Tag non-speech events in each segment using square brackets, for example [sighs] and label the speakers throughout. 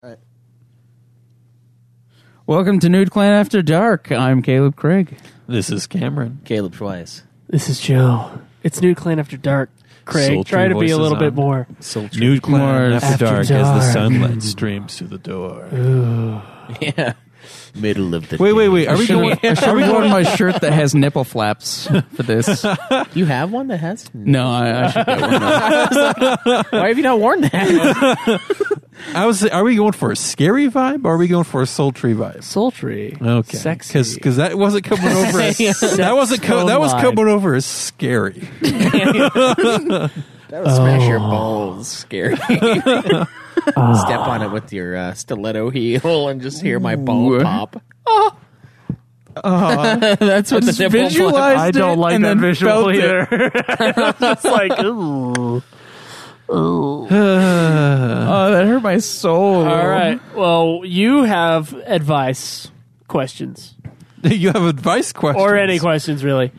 Speaker 1: Alright.
Speaker 2: Welcome to Nude Clan After Dark. I'm Caleb Craig.
Speaker 3: This is Cameron.
Speaker 1: Caleb Schweiss.
Speaker 4: This is Joe. It's New Clan After Dark. Craig,
Speaker 3: Sultry
Speaker 4: try to be a
Speaker 3: voices
Speaker 4: little
Speaker 3: on.
Speaker 4: bit more.
Speaker 1: Sultry. [laughs]
Speaker 3: Nude clan
Speaker 2: More
Speaker 3: after,
Speaker 4: after
Speaker 3: dark, Mm. as the
Speaker 4: dark.
Speaker 3: sunlight streams through the door.
Speaker 1: Yeah. Middle of the
Speaker 3: Wait, wait, wait. Are
Speaker 2: I
Speaker 3: we
Speaker 2: should
Speaker 3: going?
Speaker 2: have- I should have worn my shirt that has nipple flaps for [laughs] this.
Speaker 1: You have one that has?
Speaker 2: No, I, I should get one.
Speaker 1: Why have you not worn that?
Speaker 3: I was. Are we going for a scary vibe? Or are we going for a sultry vibe?
Speaker 4: Sultry.
Speaker 3: Okay,
Speaker 4: Sexy. [laughs]
Speaker 3: because that wasn't coming over. As, that wasn't co-
Speaker 4: tone
Speaker 3: that was
Speaker 4: line.
Speaker 3: coming over as scary. [laughs]
Speaker 1: that would smash your balls. [laughs] Scary. Step on it with your uh, stiletto heel and just hear my ball
Speaker 2: Ooh.
Speaker 1: pop. Ah. [laughs] That's what the nipple
Speaker 2: visualize-
Speaker 1: flaps-
Speaker 4: I don't
Speaker 2: it
Speaker 4: like
Speaker 2: and
Speaker 4: that
Speaker 2: then felt
Speaker 4: visual
Speaker 2: it.
Speaker 4: either. [laughs] it's like, ooh.
Speaker 2: Oh, that hurt my soul.
Speaker 4: All right. Well, you have advice questions
Speaker 3: you have advice questions
Speaker 4: or any questions really,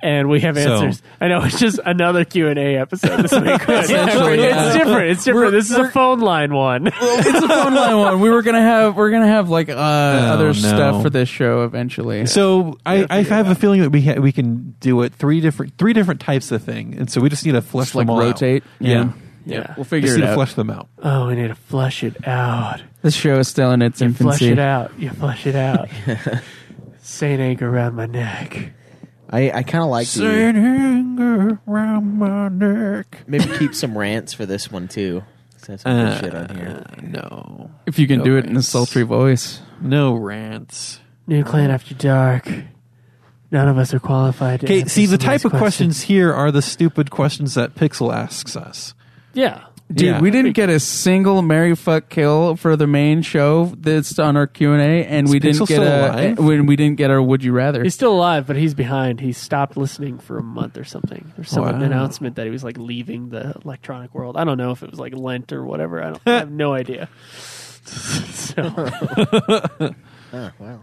Speaker 4: and we have
Speaker 3: So-
Speaker 4: answers. I know it's just another Q and A episode this [laughs] week.
Speaker 2: Essentially, yeah.
Speaker 4: It's different. It's different. this is a phone line one.
Speaker 2: it's a phone line one. We were gonna have we're gonna have like uh, other
Speaker 3: no.
Speaker 2: stuff for this show eventually.
Speaker 3: So I, I have a feeling that we ha- we can do it three different three different types of thing, and so we just need to flesh
Speaker 2: Just like
Speaker 3: them all out.
Speaker 2: rotate.
Speaker 3: Yeah,
Speaker 4: yeah.
Speaker 2: We'll
Speaker 3: just
Speaker 2: figure
Speaker 3: need
Speaker 2: it
Speaker 3: to
Speaker 2: out.
Speaker 3: flesh them out.
Speaker 4: Oh, we need to flush it out.
Speaker 2: This show is still in its
Speaker 4: You flush
Speaker 2: infancy.
Speaker 4: it out. You flush it out. Saint anchor around my neck.
Speaker 1: I, I kind of like the,
Speaker 3: Saint anger around my neck.
Speaker 1: maybe keep some rants for this one too. 'Cause I have some good shit on here.
Speaker 3: No,
Speaker 2: If you can
Speaker 3: No
Speaker 2: do it in a
Speaker 3: thanks.
Speaker 2: sultry voice.
Speaker 3: no rants.
Speaker 4: New Clan After Dark. None of us are qualified. to
Speaker 3: Okay,
Speaker 4: answer
Speaker 3: see the
Speaker 4: some of
Speaker 3: type
Speaker 4: these
Speaker 3: of questions here are the stupid questions that Pixel asks us.
Speaker 4: Yeah.
Speaker 2: Dude,
Speaker 3: Yeah.
Speaker 2: we didn't get a single Mary fuck kill for the main show that's on our Q and A, and
Speaker 3: Is
Speaker 2: we didn't
Speaker 3: Pixel
Speaker 2: get
Speaker 3: still
Speaker 2: a
Speaker 3: alive?
Speaker 2: when we didn't get our Would You Rather.
Speaker 4: He's still alive, but he's behind. He stopped listening for a month or something. There's some
Speaker 3: Wow.
Speaker 4: announcement that he was like leaving the electronic world. I don't know if it was like Lent or whatever. I, don't, I have no
Speaker 3: [laughs]
Speaker 4: idea. So,
Speaker 1: Oh, wow.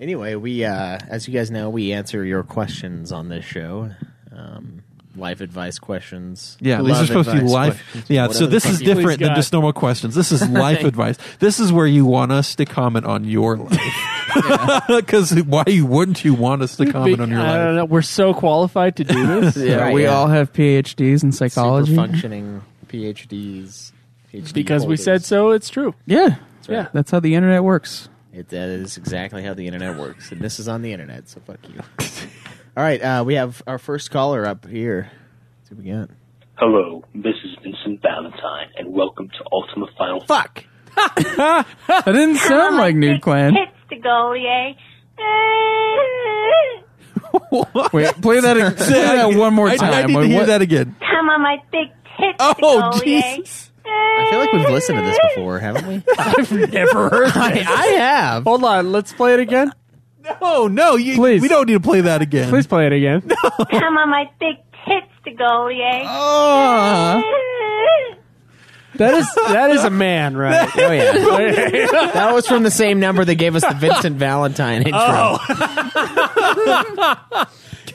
Speaker 1: Anyway, we uh, as you guys know, we answer your questions on this show. Um, life advice questions.
Speaker 3: Yeah,
Speaker 1: Love
Speaker 3: these are supposed to be
Speaker 1: advice
Speaker 3: life.
Speaker 1: questions,
Speaker 3: Yeah,
Speaker 1: whatever
Speaker 3: so
Speaker 1: the
Speaker 3: this
Speaker 1: fuck
Speaker 3: is
Speaker 1: you want.
Speaker 3: different than
Speaker 4: got.
Speaker 3: just normal questions. This [laughs] is life advice. This is where you want us to comment on your life. [laughs] Because why wouldn't you want us to comment on your
Speaker 4: I
Speaker 3: life?
Speaker 4: don't know. We're so qualified to
Speaker 3: [laughs]
Speaker 4: do this.
Speaker 2: yeah,
Speaker 1: Right,
Speaker 2: we
Speaker 1: yeah.
Speaker 2: all have PhDs in
Speaker 1: Super
Speaker 2: psychology.
Speaker 1: functioning PhDs. PhD
Speaker 4: because we
Speaker 1: holders.
Speaker 4: said so, it's true.
Speaker 2: Yeah,
Speaker 1: right.
Speaker 4: Yeah.
Speaker 2: that's how the internet works.
Speaker 1: It, that is exactly how the internet works, and this is on the internet. So fuck you. [laughs] All right, uh, we have our first caller up here. Let's see what we got?
Speaker 5: Hello, this is Vincent Valentine, and welcome to Ultima Final
Speaker 2: Fuck. that
Speaker 3: [laughs]
Speaker 2: didn't sound like Nude Clan.
Speaker 6: It's the Goliath.
Speaker 2: Wait, play that,
Speaker 3: [laughs]
Speaker 2: ag- play that one more
Speaker 3: I,
Speaker 2: time.
Speaker 3: I need to
Speaker 2: Wait,
Speaker 3: hear
Speaker 2: what-
Speaker 3: that again.
Speaker 6: Come on, my big tits.
Speaker 3: Oh,
Speaker 6: Goliath.
Speaker 3: Jesus.
Speaker 1: I feel like we've listened to this before, haven't
Speaker 4: [laughs]
Speaker 1: we?
Speaker 3: Never heard
Speaker 1: I,
Speaker 3: that.
Speaker 1: I have.
Speaker 4: Hold
Speaker 3: [laughs]
Speaker 4: on. Let's play it again.
Speaker 3: Oh, no. You,
Speaker 4: Please.
Speaker 3: We don't need to play that again.
Speaker 4: Please play it again.
Speaker 6: Come on, my big tits, the Goliath.
Speaker 2: Ah,
Speaker 4: [laughs] That is that is a
Speaker 2: [laughs]
Speaker 4: man, right?
Speaker 1: Oh yeah, that was from the same number that gave us the Vincent Valentine intro.
Speaker 2: Oh.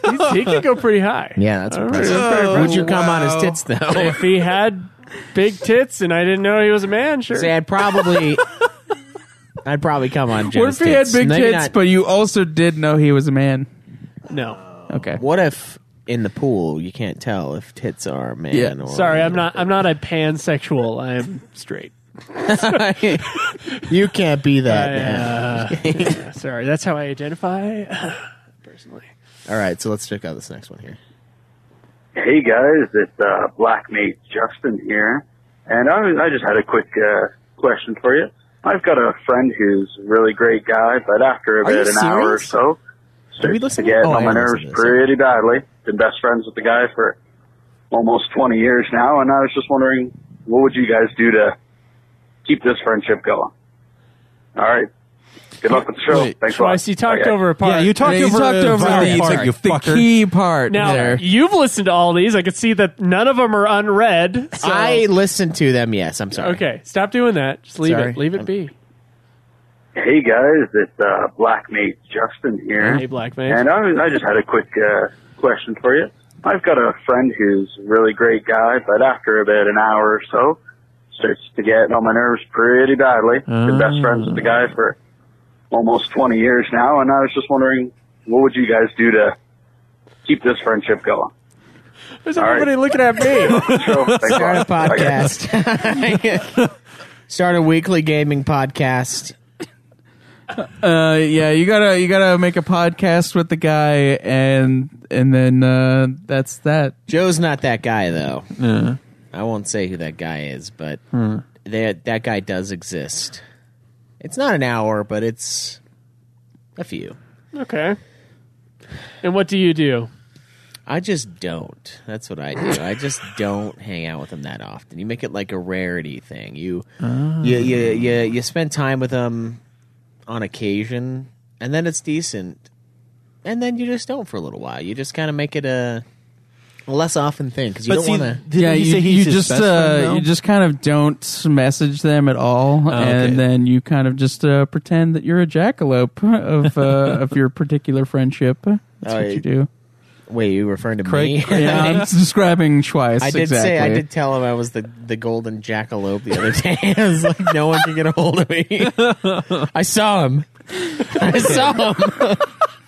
Speaker 4: He's- he could go pretty high.
Speaker 1: Yeah, that's impressive. Would you come on his tits though?
Speaker 4: If he had big tits and I didn't know he was a man, sure.
Speaker 1: See, I'd probably, I'd probably come on.
Speaker 2: what
Speaker 1: Joe's
Speaker 2: if he had
Speaker 1: tits.
Speaker 2: big
Speaker 1: Maybe
Speaker 2: tits,
Speaker 1: not-
Speaker 2: but you also did know he was a man?
Speaker 4: No.
Speaker 2: Okay.
Speaker 1: what if in the pool you can't tell if tits are a man?
Speaker 2: Yeah.
Speaker 1: or
Speaker 4: Sorry, I'm not I'm not a pansexual. I am straight.
Speaker 1: you can't be that. man.
Speaker 4: Uh, yeah, sorry, that's how I identify [sighs] personally.
Speaker 1: All right, so let's check out this next one here.
Speaker 7: Hey guys, it's uh, Black Mate Justin here, and I, was- I just had a quick uh, question for you. I've got a friend who's a really great guy, but after about
Speaker 1: you
Speaker 7: an hour or
Speaker 1: serious? Are we
Speaker 7: so, starts to
Speaker 1: listening?
Speaker 7: get
Speaker 1: Oh,
Speaker 7: on
Speaker 1: I
Speaker 7: my
Speaker 1: am
Speaker 7: nerves
Speaker 1: listening to this,
Speaker 7: pretty badly. Been best friends with the guy for almost 20 years now, and I was just wondering, what would you guys do to keep this friendship going? All right, good luck with the show.
Speaker 3: Wait,
Speaker 7: Thanks a lot.
Speaker 4: Twice you talked
Speaker 7: Bye, guys.
Speaker 4: over a part.
Speaker 3: Yeah, you talked
Speaker 2: Yeah, you
Speaker 3: over,
Speaker 2: talked
Speaker 3: uh,
Speaker 2: over
Speaker 3: Valley
Speaker 2: the,
Speaker 3: Park,
Speaker 2: part-
Speaker 3: you
Speaker 2: the
Speaker 3: fucker.
Speaker 2: key part
Speaker 4: now
Speaker 2: there.
Speaker 4: you've listened to all these. I could see that none of them are unread. So.
Speaker 1: I listened to them. Yes, I'm sorry.
Speaker 4: okay, stop doing that. Just leave
Speaker 1: Sorry.
Speaker 4: it. Leave it be.
Speaker 7: Hey guys, it's uh, Black Mate Justin here.
Speaker 4: Hey, black man.
Speaker 7: And I, was- I just had a quick uh, question for you. I've got a friend who's a really great guy, but after about an hour or so, starts to get on my nerves pretty badly. Been
Speaker 4: Ah.
Speaker 7: best friends with the guy for almost 20 years now, and I was just wondering, what would you guys do to keep this friendship going?
Speaker 4: There's
Speaker 7: right.
Speaker 4: everybody looking at me.
Speaker 7: [laughs] So, thanks a [laughs]
Speaker 1: Start a
Speaker 7: lot. Bye, guys.
Speaker 1: podcast. [laughs] Start a weekly gaming podcast.
Speaker 2: Uh, yeah, you gotta you gotta make a podcast with the guy, and and then uh, that's that.
Speaker 1: Joe's not that guy though. I won't say who that guy is, but that that guy does exist. It's not an hour, but it's a few.
Speaker 4: okay. And what do you do?
Speaker 1: I just don't. That's what I do. I just don't hang out with them that often. You make it like a rarity thing. You you, you you you spend time with them on occasion, and then it's decent, and then you just don't for a little while. You just kind of make it a less often thing because you don't want to.
Speaker 2: yeah, you, you just uh, you just kind of don't message them at all,
Speaker 3: Oh, okay.
Speaker 2: and then you kind of just uh, pretend that you're a jackalope of uh,
Speaker 3: [laughs]
Speaker 2: of your particular friendship. That's what
Speaker 1: Alright.
Speaker 2: you do.
Speaker 1: Wait, you referring to me?
Speaker 3: [laughs]
Speaker 1: [laughs]
Speaker 3: Craig-
Speaker 2: Yeah, I'm describing Schweiss.
Speaker 1: I did
Speaker 2: exactly.
Speaker 1: say I did tell him I was the the golden jackalope the other day. [laughs] I was like, no one can get a hold of [laughs] me. I saw him. I saw him. [laughs]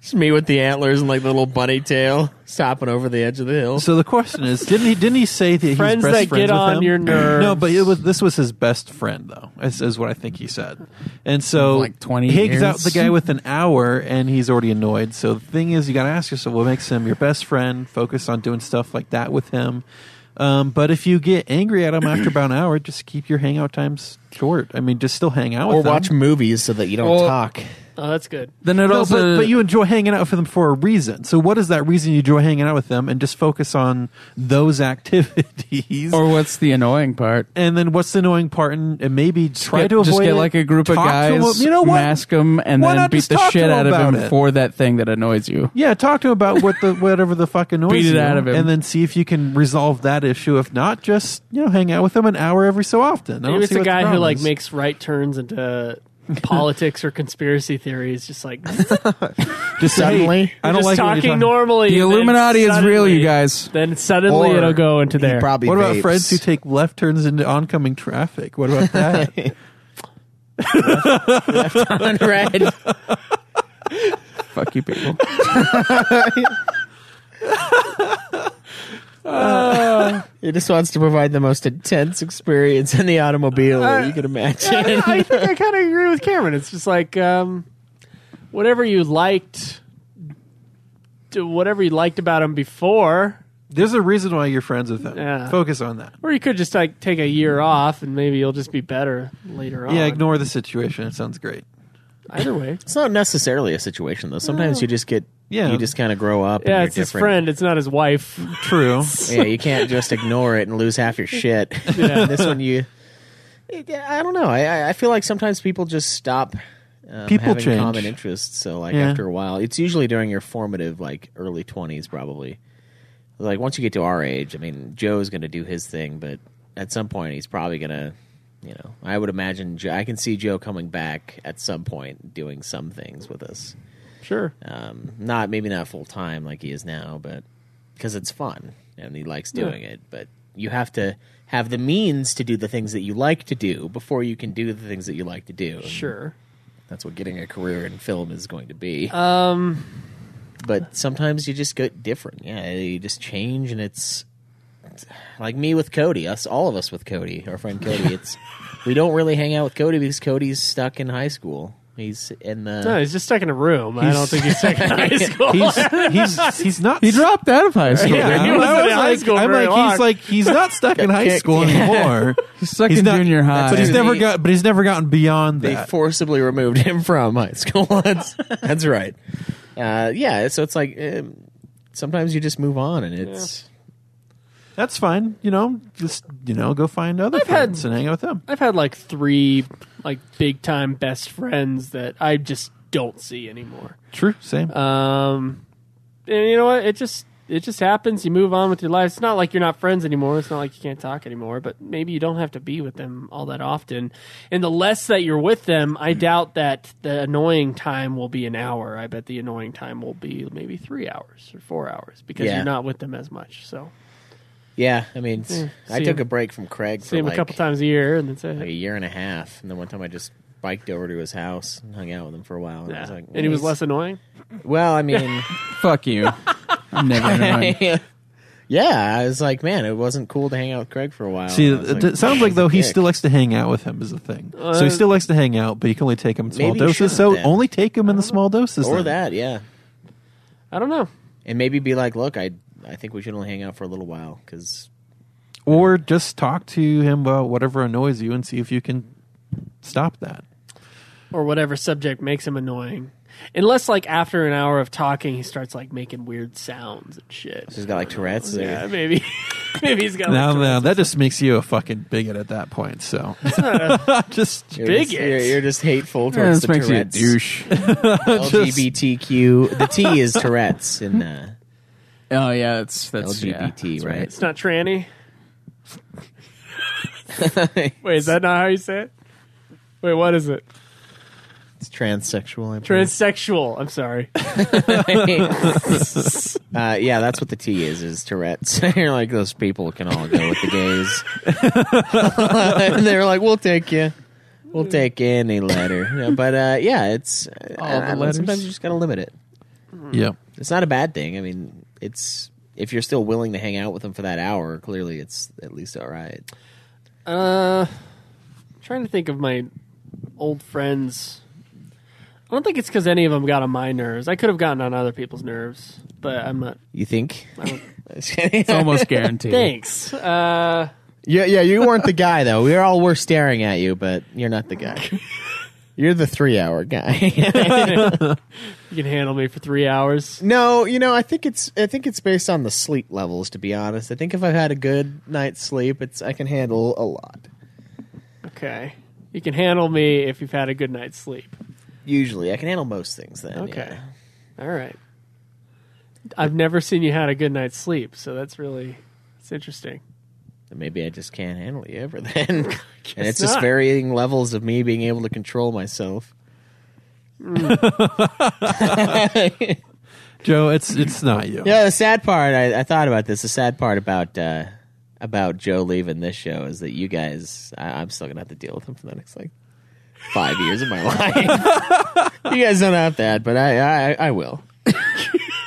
Speaker 1: Just me with the antlers and like the little bunny tail stopping over the edge of the hill.
Speaker 3: So the question is, didn't he? Didn't he say that he's
Speaker 4: Friends
Speaker 3: best
Speaker 4: that
Speaker 3: friends
Speaker 4: get
Speaker 3: with
Speaker 4: on
Speaker 3: him?
Speaker 4: your nerves.
Speaker 3: No, but it was this was his best friend though, is, is what I think he said. And so
Speaker 2: Like 20
Speaker 3: he hangs out
Speaker 2: years.
Speaker 3: the guy with an hour, and he's already annoyed. So the thing is, you got to ask yourself what makes him your best friend. Focus on doing stuff like that with him. Um, but if you get angry at him after about an hour, just keep your hangout times short. I mean, just still hang out
Speaker 1: Or
Speaker 3: with
Speaker 1: watch
Speaker 3: them.
Speaker 1: movies so that you don't
Speaker 2: Well-
Speaker 1: talk.
Speaker 4: Oh, that's good.
Speaker 2: Then it
Speaker 3: No,
Speaker 2: also,
Speaker 3: but, but you enjoy hanging out with them for a reason. So what is that reason you enjoy hanging out with them? And just focus on those [laughs] activities.
Speaker 2: or what's the annoying part?
Speaker 3: and then what's the annoying part? And, and maybe try
Speaker 2: Get-
Speaker 3: to avoid
Speaker 2: just get
Speaker 3: it.
Speaker 2: like a group of
Speaker 3: Talk to
Speaker 2: guys,
Speaker 3: him- you know what?
Speaker 2: mask them, and
Speaker 3: Why
Speaker 2: then
Speaker 3: not
Speaker 2: beat
Speaker 3: just
Speaker 2: the
Speaker 3: talk to
Speaker 2: shit
Speaker 3: him
Speaker 2: out of
Speaker 3: about
Speaker 2: him
Speaker 3: it?
Speaker 2: for that thing that annoys you.
Speaker 3: Yeah, talk to him about what the whatever the fuck annoys
Speaker 2: Beat it
Speaker 3: you,
Speaker 2: out of him.
Speaker 3: and then see if you can resolve that issue. If not, just you know hang out with him an hour every so often. I
Speaker 4: Maybe
Speaker 3: don't
Speaker 4: it's
Speaker 3: see
Speaker 4: a
Speaker 3: what the
Speaker 4: guy who
Speaker 3: problem
Speaker 4: like
Speaker 3: is.
Speaker 4: makes right turns into politics or conspiracy theories. Just like
Speaker 3: just say, hey,
Speaker 1: Suddenly?
Speaker 3: I don't like
Speaker 4: just
Speaker 3: it when you
Speaker 4: talking
Speaker 3: talk-
Speaker 4: normally.
Speaker 2: The
Speaker 4: then
Speaker 2: Illuminati is real,
Speaker 4: suddenly-
Speaker 2: you guys.
Speaker 4: Then suddenly it'll go into
Speaker 1: he
Speaker 4: there.
Speaker 1: Probably
Speaker 3: What about
Speaker 1: vapes.
Speaker 3: friends who
Speaker 1: [laughs]
Speaker 3: take left turns into oncoming traffic? What about that? [laughs]
Speaker 1: on red?
Speaker 2: Fuck you, people.
Speaker 1: He just wants to provide the most intense experience in the automobile that you can imagine.
Speaker 4: [laughs] I think I kind of agree with Cameron. It's just like um, whatever you liked, do whatever you liked about him before,
Speaker 3: There's a reason why you're friends with him.
Speaker 4: Yeah.
Speaker 3: Focus on that.
Speaker 4: or you could just like take a year off and maybe you'll just be better later on.
Speaker 3: Yeah, ignore the situation. It sounds great.
Speaker 4: either way.
Speaker 1: It's not necessarily a situation though. Sometimes you just get
Speaker 3: Yeah.
Speaker 1: you just kind of grow up. and
Speaker 4: Yeah,
Speaker 1: you're
Speaker 4: it's his
Speaker 1: different.
Speaker 4: friend. It's not his wife. [laughs]
Speaker 3: True.
Speaker 1: yeah, you can't just ignore it and lose half
Speaker 3: [laughs]
Speaker 1: your shit. this one, you. I don't know. I- I I feel like sometimes people just stop. Um,
Speaker 3: People
Speaker 1: having
Speaker 3: change.
Speaker 1: common interests, so like
Speaker 3: Yeah.
Speaker 1: after a while, it's usually during your formative, like early twenties, probably. Like once you get to our age, I mean, Joe's going to do his thing, but at some point, he's probably going to, you know, I would imagine. Joe, I can see Joe coming back at some point, doing some things with us.
Speaker 4: Sure.
Speaker 1: Um, not maybe not full time like he is now, but because it's fun and he likes doing it. But you have to have the means to do the things that you like to do before you can do the things that you like to do. And
Speaker 4: Sure.
Speaker 1: that's what getting a career in film is going to be.
Speaker 4: Uh, Um,
Speaker 1: but sometimes you just get different. Yeah, you just change, and it's like me with Cody. Us, all of us with Cody, our friend Cody. It's we don't really hang out with Cody because Cody's stuck in high school. He's in the
Speaker 4: No, he's just stuck in a room. I don't think he's stuck
Speaker 1: [laughs]
Speaker 4: in high school.
Speaker 3: he's he's he's not.
Speaker 2: He dropped out of
Speaker 3: [laughs]
Speaker 2: high school.
Speaker 4: Yeah.
Speaker 3: I
Speaker 4: he
Speaker 3: was
Speaker 4: wasn't in
Speaker 3: like-
Speaker 4: high school
Speaker 3: I'm
Speaker 4: very
Speaker 3: like,
Speaker 4: long.
Speaker 3: he's like, he's not stuck
Speaker 1: [laughs]
Speaker 3: in high
Speaker 1: kicked.
Speaker 3: school
Speaker 1: [laughs]
Speaker 3: anymore.
Speaker 2: He's stuck
Speaker 3: He's
Speaker 2: in
Speaker 3: not-
Speaker 2: junior high.
Speaker 3: But he's
Speaker 1: Dude,
Speaker 3: never
Speaker 1: he-
Speaker 3: got. But he's never gotten beyond
Speaker 1: they
Speaker 3: that.
Speaker 1: forcibly removed him from high school. [laughs] that's, that's right. Uh, yeah, so it's like um, sometimes you just move on, and it's
Speaker 3: That's fine. You know, just you know, go find other
Speaker 4: had-
Speaker 3: friends and hang out with them.
Speaker 4: [laughs] I've had like three like big time best friends that I just don't see anymore.
Speaker 3: True, same.
Speaker 4: Um, and you know what? It just it just happens. You move on with your life. It's not like you're not friends anymore. It's not like you can't talk anymore. But maybe you don't have to be with them all that often. And the less that you're with them, I doubt that the annoying time will be an hour. I bet the annoying time will be maybe three hours or four hours because
Speaker 1: Yeah.
Speaker 4: you're not with them as much. So
Speaker 1: Yeah, I mean, it's-
Speaker 4: Yeah,
Speaker 1: I
Speaker 4: see
Speaker 1: took
Speaker 4: him.
Speaker 1: a break from Craig for
Speaker 4: See him
Speaker 1: like,
Speaker 4: a couple times a year, and that's
Speaker 1: like a
Speaker 4: it.
Speaker 1: year and a half, and then one time I just biked over to his house and hung out with him for a while. And, I
Speaker 4: Yeah.
Speaker 1: was like,
Speaker 4: and he was
Speaker 1: "He's-
Speaker 4: less annoying.
Speaker 1: Well, I
Speaker 4: [laughs]
Speaker 1: mean, [laughs]
Speaker 2: Fuck you. I'm never annoying.
Speaker 1: yeah, I was like, man, it wasn't cool to hang out with Craig for a while.
Speaker 3: See,
Speaker 1: And I was
Speaker 3: it, it sounds like
Speaker 1: Oh, "He's a
Speaker 3: though he
Speaker 1: dick."
Speaker 3: still likes to hang out with him is the thing. so he still likes to hang out, but you can only take him in small
Speaker 1: maybe you
Speaker 3: doses.
Speaker 1: shouldn't
Speaker 3: So
Speaker 1: then.
Speaker 3: only take him in the small doses.
Speaker 1: or
Speaker 3: then.
Speaker 1: that, yeah,
Speaker 4: I don't know.
Speaker 1: and maybe be like, look, I I think we should only hang out for a little while because
Speaker 3: or just talk to him about whatever annoys you and see if you can stop that.
Speaker 4: Or whatever subject makes him annoying. Unless, like, after an hour of talking, he starts, like, making weird sounds and shit.
Speaker 1: he's got like Tourette's. or-
Speaker 4: Yeah, maybe. [laughs] maybe he's got
Speaker 3: Now,
Speaker 4: like,
Speaker 3: now that just makes you a fucking bigot at that point. So just [laughs]
Speaker 1: You're just,
Speaker 4: Bigot.
Speaker 1: you're, you're just hateful
Speaker 2: Yeah, this
Speaker 1: towards the
Speaker 2: makes
Speaker 1: Tourette's.
Speaker 2: you a douche.
Speaker 1: LGBTQ. The T is Tourette's in uh,
Speaker 2: Oh yeah, it's [laughs] that's yeah.
Speaker 1: LGBT,
Speaker 4: It's not tranny.
Speaker 1: right?
Speaker 4: Wait, is that not how you say it? Wait, what is it?
Speaker 1: [laughs] it's transsexual. I believe.
Speaker 4: Transsexual. I'm sorry.
Speaker 1: [laughs] uh, yeah, that's what the T is, is Tourette's. [laughs] You're like, those people can all go with the gays. [laughs] and they're like, we'll take you. We'll take any letter. Yeah, but uh, yeah, it's.
Speaker 2: All the
Speaker 1: I- I-
Speaker 2: letters.
Speaker 1: Sometimes you just got to limit it.
Speaker 3: yeah.
Speaker 1: It's not a bad thing. I mean, it's. If you're still willing to hang out with them for that hour, clearly it's at least all right.
Speaker 4: Uh, trying to think of my old friends. I don't think it's because any of them got on my nerves. I could have gotten on other people's nerves, but I'm not.
Speaker 1: You think? [laughs]
Speaker 4: I don't,
Speaker 2: It's almost guaranteed.
Speaker 4: thanks. Uh,
Speaker 1: Yeah, yeah, you weren't the guy though. We all were staring at you, but you're not the [laughs] guy. You're the three hour guy. [laughs]
Speaker 4: [laughs] you can handle me for three hours.
Speaker 1: no, you know, I think it's I think it's based on the sleep levels, to be honest. I think if I've had a good night's sleep, it's I can handle a lot.
Speaker 4: Okay. You can handle me if you've had a good night's sleep.
Speaker 1: Usually. I can handle most things then.
Speaker 4: Okay. All right. I've never seen you had a good night's sleep, so that's really it's interesting.
Speaker 1: yeah. Maybe I just can't handle you ever then. [laughs] and it's
Speaker 4: not.
Speaker 1: just varying levels of me being able to control myself.
Speaker 3: Joe, it's it's not you.
Speaker 1: Yeah, the sad part. I, I thought about this. The sad part about uh, about Joe leaving this show is that you guys, I, I'm still gonna have to deal with him for the next like five years of my [laughs] life. you guys don't have that, but I I, I will.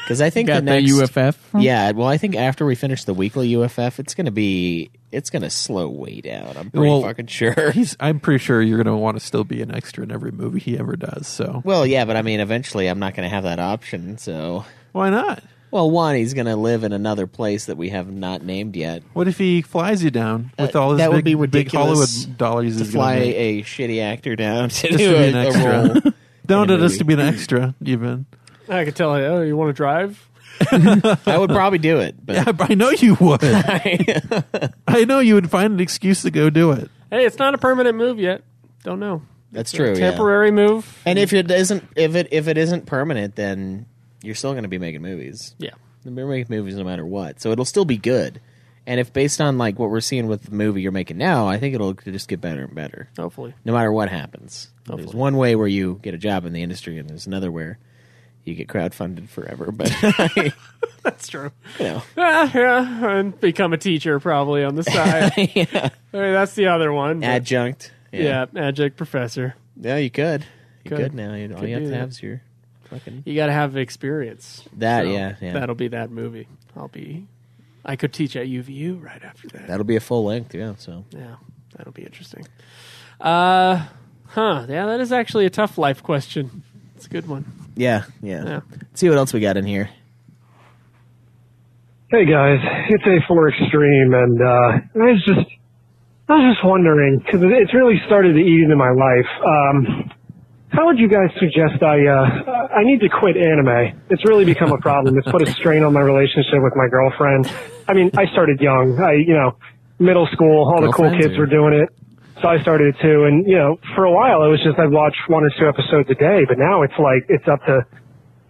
Speaker 1: Because I think
Speaker 2: Got
Speaker 1: the next,
Speaker 2: the UFF.
Speaker 1: yeah. Well, I think after we finish the weekly UFF, it's gonna be it's gonna slow way down. I'm pretty
Speaker 3: Well-
Speaker 1: fucking sure. [laughs]
Speaker 3: He's I'm pretty sure you're gonna want to still be an extra in every movie he ever does. So
Speaker 1: Well, yeah, but I mean, eventually, I'm not gonna have that option. So,
Speaker 3: why not?
Speaker 1: well, one, he's gonna live in another place that we have not named yet.
Speaker 3: What if he flies you down with
Speaker 1: Uh,
Speaker 3: all his
Speaker 1: that
Speaker 3: big,
Speaker 1: would be
Speaker 3: big Hollywood
Speaker 1: ridiculous
Speaker 3: dollars
Speaker 1: to
Speaker 3: he's
Speaker 1: fly
Speaker 3: gonna make?
Speaker 1: a shitty actor down to
Speaker 3: Just
Speaker 1: do
Speaker 3: to be
Speaker 1: a,
Speaker 3: an
Speaker 1: a
Speaker 3: extra.
Speaker 1: role.
Speaker 3: Don't
Speaker 1: in a
Speaker 3: us
Speaker 1: movie.
Speaker 3: to be an extra even. [laughs]
Speaker 4: I could tell. Oh, you want to drive?
Speaker 1: I would probably
Speaker 3: [laughs]
Speaker 1: do it,
Speaker 3: Yeah,
Speaker 1: but
Speaker 3: but I know you would.
Speaker 1: [laughs]
Speaker 3: I know you would find an excuse to go do it.
Speaker 4: Hey, it's not a permanent move yet. Don't know.
Speaker 1: that's true. yeah.
Speaker 4: Temporary move.
Speaker 1: And if it isn't, if it if it isn't permanent, then you're still going to be making movies.
Speaker 4: Yeah.
Speaker 1: You're making movies no matter what, so it'll still be good. And if based on like what we're seeing with the movie you're making now, I think it'll just get better and better,
Speaker 4: Hopefully.
Speaker 1: no matter what happens. There's one way where you get a job in the industry, and there's another where you get crowdfunded forever. But [laughs] you
Speaker 4: [laughs] That's true.
Speaker 1: [laughs] know,
Speaker 4: Ah, yeah, and become a teacher probably on the [laughs] side. I mean, that's the other one. but-
Speaker 1: adjunct.
Speaker 4: yeah, adjunct professor.
Speaker 1: Yeah, you could. You
Speaker 4: Could.
Speaker 1: could, now. You, all
Speaker 4: Could
Speaker 1: you
Speaker 4: do
Speaker 1: have to
Speaker 4: that.
Speaker 1: have is your fucking
Speaker 4: You got to have experience.
Speaker 1: that.
Speaker 4: So
Speaker 1: yeah, yeah. That'll,
Speaker 4: That'll be that movie. I'll be. I could teach at UVU right after that.
Speaker 1: be a full length. Yeah. So
Speaker 4: yeah, that'll be interesting. Uh, huh? Yeah, that is actually a tough life question. It's a good one.
Speaker 1: yeah, yeah.
Speaker 4: Yeah.
Speaker 1: see what else we got in here.
Speaker 8: Hey guys, it's A4 Extreme, and uh, I was just, I was just wondering because it's really started to eat into my life. Um, how would you guys suggest I, uh, I need to quit anime? It's really become a problem. It's put a strain on my relationship with my girlfriend. I mean, I started young. I, you know, middle school, all the cool
Speaker 1: Girlfriends
Speaker 8: kids
Speaker 1: or-
Speaker 8: were doing it, so I started it too. And you know, for a while, it was just I'd watch one or two episodes a day, but now it's like it's up to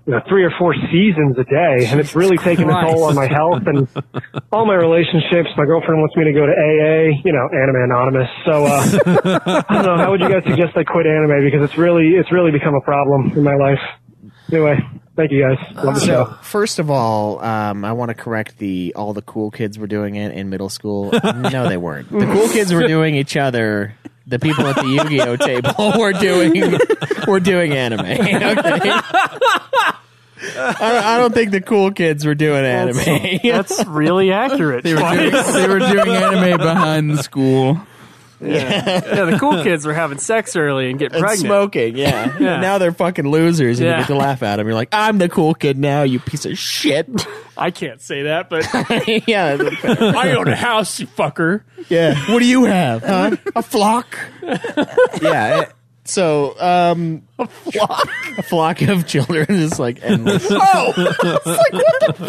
Speaker 8: you know, three or four seasons a day, and it's really taken a toll on my health and all my relationships. My girlfriend wants me to go to AA, you know, Anime Anonymous. So uh, I don't know. How would you guys suggest I quit anime because it's really it's really become a problem in my life? Anyway, thank you guys. Love the
Speaker 1: So
Speaker 8: show.
Speaker 1: first of all, um, I want to correct the all the cool kids were doing it in middle
Speaker 4: [laughs]
Speaker 1: school. No, they weren't. The cool kids were doing each other. The people at the
Speaker 4: [laughs]
Speaker 1: Yu-Gi-Oh table were doing were doing anime. Okay? I, don't, I don't think the cool kids were doing anime.
Speaker 4: [laughs] That's really [laughs] accurate.
Speaker 2: They were, doing, they were doing anime behind the school.
Speaker 4: yeah, the cool kids were having sex early and get
Speaker 1: And
Speaker 4: pregnant.
Speaker 3: [laughs]
Speaker 1: smoking, yeah.
Speaker 4: Yeah.
Speaker 1: Now they're fucking losers, and
Speaker 4: Yeah.
Speaker 1: you get to laugh at them. You're like, I'm the cool kid now, you piece of shit. [laughs]
Speaker 4: I can't say that, [laughs] but
Speaker 1: yeah,
Speaker 4: I own a house, you fucker.
Speaker 1: Yeah. What do you have? Huh? A flock. yeah. it- so, um, a flock, a flock of children is like endless.
Speaker 3: [laughs]
Speaker 1: oh, it's like what the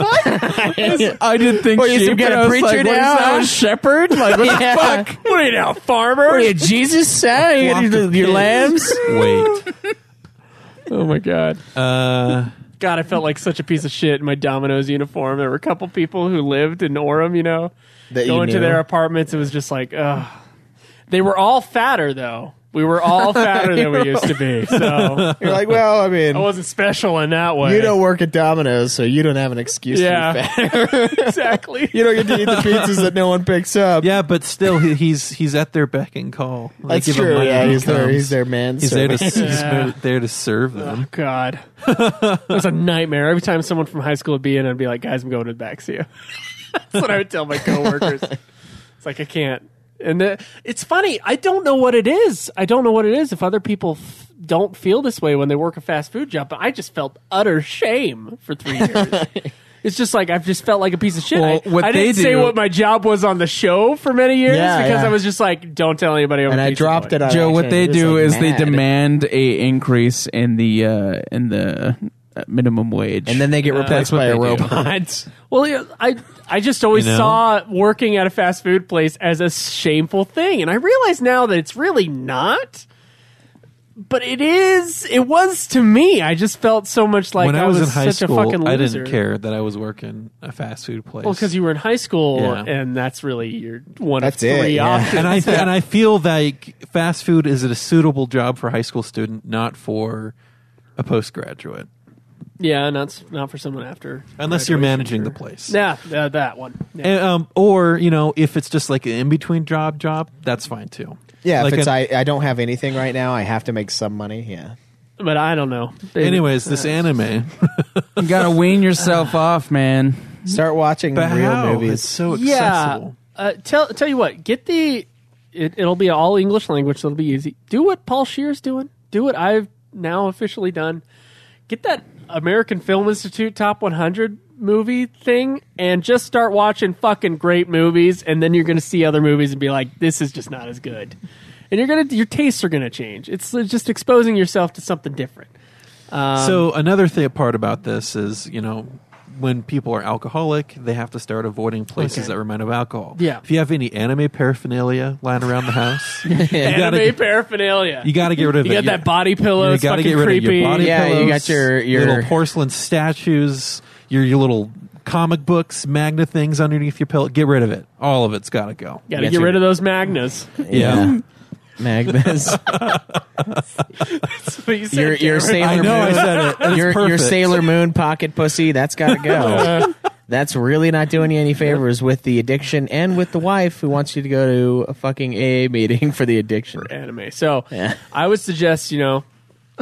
Speaker 1: fuck?
Speaker 2: I didn't think
Speaker 1: What, you
Speaker 2: sheep,
Speaker 1: some
Speaker 2: but
Speaker 1: kind of
Speaker 2: I was
Speaker 1: preacher
Speaker 2: like, what is
Speaker 1: now,
Speaker 2: that,
Speaker 1: huh?
Speaker 2: a shepherd? Like, what the
Speaker 1: Yeah.
Speaker 2: fuck?
Speaker 4: What are you now, farmer?
Speaker 1: What are you, Jesus? Say
Speaker 3: flock
Speaker 1: your,
Speaker 3: of
Speaker 1: your
Speaker 3: pigs.
Speaker 1: lambs.
Speaker 3: Wait.
Speaker 1: [laughs]
Speaker 4: Oh my god.
Speaker 3: Uh,
Speaker 4: God, I felt like such a piece of shit in my Domino's uniform. There were a couple people who lived in Orem, you know,
Speaker 1: That you
Speaker 4: going to
Speaker 1: knew.
Speaker 4: their apartments. It was just like, ugh. They were all fatter though. We
Speaker 1: [laughs]
Speaker 4: were all fatter than we used to be. So
Speaker 1: You're like, well, I
Speaker 4: I
Speaker 3: Oh,
Speaker 1: mean,
Speaker 4: wasn't special in that way.
Speaker 1: you don't work at Domino's, so you don't have an excuse.
Speaker 4: Yeah.
Speaker 1: to be fat.
Speaker 4: [laughs] exactly.
Speaker 1: [laughs] you don't get to eat the pizzas that no one picks up.
Speaker 3: yeah, but still, he, he's he's at their beck and call. They
Speaker 1: that's
Speaker 3: give him
Speaker 1: true.
Speaker 3: money
Speaker 1: Yeah,
Speaker 3: and he
Speaker 1: he's there.
Speaker 3: comes.
Speaker 1: He's their man.
Speaker 3: He's there to
Speaker 1: servant.
Speaker 3: he's
Speaker 4: Yeah.
Speaker 3: there to serve them.
Speaker 4: Oh,
Speaker 1: [laughs]
Speaker 4: God, it was a nightmare. Every time someone from high school would be in, I'd be like, "Guys, I'm going to the back. See you." [laughs] That's what I would tell my coworkers. it's like I can't. And the, it's funny. I don't know what it is. I don't know what it is. If other people f- don't feel this way when they work a fast food job, but I just felt utter shame for
Speaker 1: [laughs]
Speaker 4: three years. It's just like I've just felt like a piece of shit.
Speaker 2: Well,
Speaker 4: I,
Speaker 2: what
Speaker 4: I didn't
Speaker 2: they
Speaker 4: say
Speaker 2: do-
Speaker 4: what my job was on the show for many years
Speaker 1: Yeah,
Speaker 4: because
Speaker 1: yeah.
Speaker 4: I was just like, "Don't tell anybody." I'm a
Speaker 1: and I
Speaker 4: pizza
Speaker 1: dropped
Speaker 4: boy.
Speaker 1: it.
Speaker 2: [laughs]
Speaker 1: on
Speaker 2: Joe,
Speaker 1: him,
Speaker 2: what they
Speaker 1: actually,
Speaker 2: do
Speaker 1: and he was,
Speaker 2: is
Speaker 1: like,
Speaker 2: they
Speaker 1: mad.
Speaker 2: demand a increase in the uh, in the uh, minimum wage,
Speaker 1: and then they get replaced
Speaker 2: what
Speaker 1: by
Speaker 2: they
Speaker 1: a
Speaker 2: do.
Speaker 1: robot.
Speaker 4: Well, yeah, I I just always
Speaker 3: You know?
Speaker 4: saw working at a fast food place as a shameful thing, and I realize now that it's really not. But it is. It was to me. I just felt so much like
Speaker 3: when
Speaker 4: I,
Speaker 3: I was, in high
Speaker 4: such
Speaker 3: school,
Speaker 4: a fucking loser.
Speaker 3: I didn't care that I was working a fast food place.
Speaker 4: Well, because you were in high school,
Speaker 3: Yeah.
Speaker 4: and that's really your one
Speaker 1: That's
Speaker 4: of
Speaker 1: it,
Speaker 4: three
Speaker 1: yeah.
Speaker 4: options. [laughs]
Speaker 3: and I and I feel like fast food is a suitable job for a high school student, not for a postgraduate,
Speaker 4: Yeah, not s- not for someone after.
Speaker 3: unless you're
Speaker 4: graduation,
Speaker 3: managing
Speaker 4: sure.
Speaker 3: the place.
Speaker 4: Yeah, yeah, that one. Yeah.
Speaker 3: And, um, or you know, if it's just like an in between job, job that's fine too.
Speaker 1: Yeah,
Speaker 3: Like
Speaker 1: if it's
Speaker 3: a-
Speaker 1: I I don't have anything right now, I have to make some money. Yeah.
Speaker 4: But I don't know. Maybe-
Speaker 3: Anyways, this
Speaker 1: [laughs]
Speaker 3: anime,
Speaker 2: you gotta wean yourself off, man.
Speaker 1: Start watching
Speaker 3: but
Speaker 1: real
Speaker 3: how? It's
Speaker 1: movies.
Speaker 3: so
Speaker 4: Yeah.
Speaker 3: accessible.
Speaker 4: Uh, tell tell you what, get the it, it'll be all English language, so it'll be easy. Do what Paul Shear's doing. Do what I've now officially done. Get that American Film Institute Top 100 movie thing and just start watching fucking great movies and then you're going to see other movies and be like this is just not as good. And you're going to your tastes are going to change. It's just exposing yourself to something different.
Speaker 3: so another th- part about this is you know when people are alcoholic they have to start avoiding places
Speaker 4: Okay.
Speaker 3: that remind of alcohol
Speaker 4: Yeah.
Speaker 3: if you have any anime paraphernalia lying around the house you
Speaker 4: Anime
Speaker 3: gotta
Speaker 4: paraphernalia.
Speaker 3: you gotta get rid of
Speaker 4: You
Speaker 3: it
Speaker 4: got that body pillow.
Speaker 3: you
Speaker 4: it's
Speaker 3: gotta
Speaker 4: fucking
Speaker 3: get rid
Speaker 4: creepy.
Speaker 3: of your body
Speaker 1: Yeah, you
Speaker 3: pillows,
Speaker 1: got your- your-
Speaker 3: little porcelain statues your, your little comic books magna things underneath your pillow get rid of it all of it's gotta go
Speaker 4: Got to
Speaker 1: Yes,
Speaker 4: get
Speaker 1: sir.
Speaker 4: rid of those magnas.
Speaker 1: Yeah. [laughs] Magnus,
Speaker 3: [laughs]
Speaker 4: That's what you said,
Speaker 1: your your
Speaker 4: Cameron.
Speaker 1: Sailor
Speaker 3: I know I
Speaker 1: Moon,
Speaker 3: said it. and it's
Speaker 1: your your
Speaker 3: perfect.
Speaker 1: Sailor Moon pocket pussy. That's got to go. that's really not doing you any favors with the addiction and with the wife who wants you to go to a fucking AA meeting [laughs] for the addiction.
Speaker 4: anime. So
Speaker 1: Yeah.
Speaker 4: I would suggest, you know,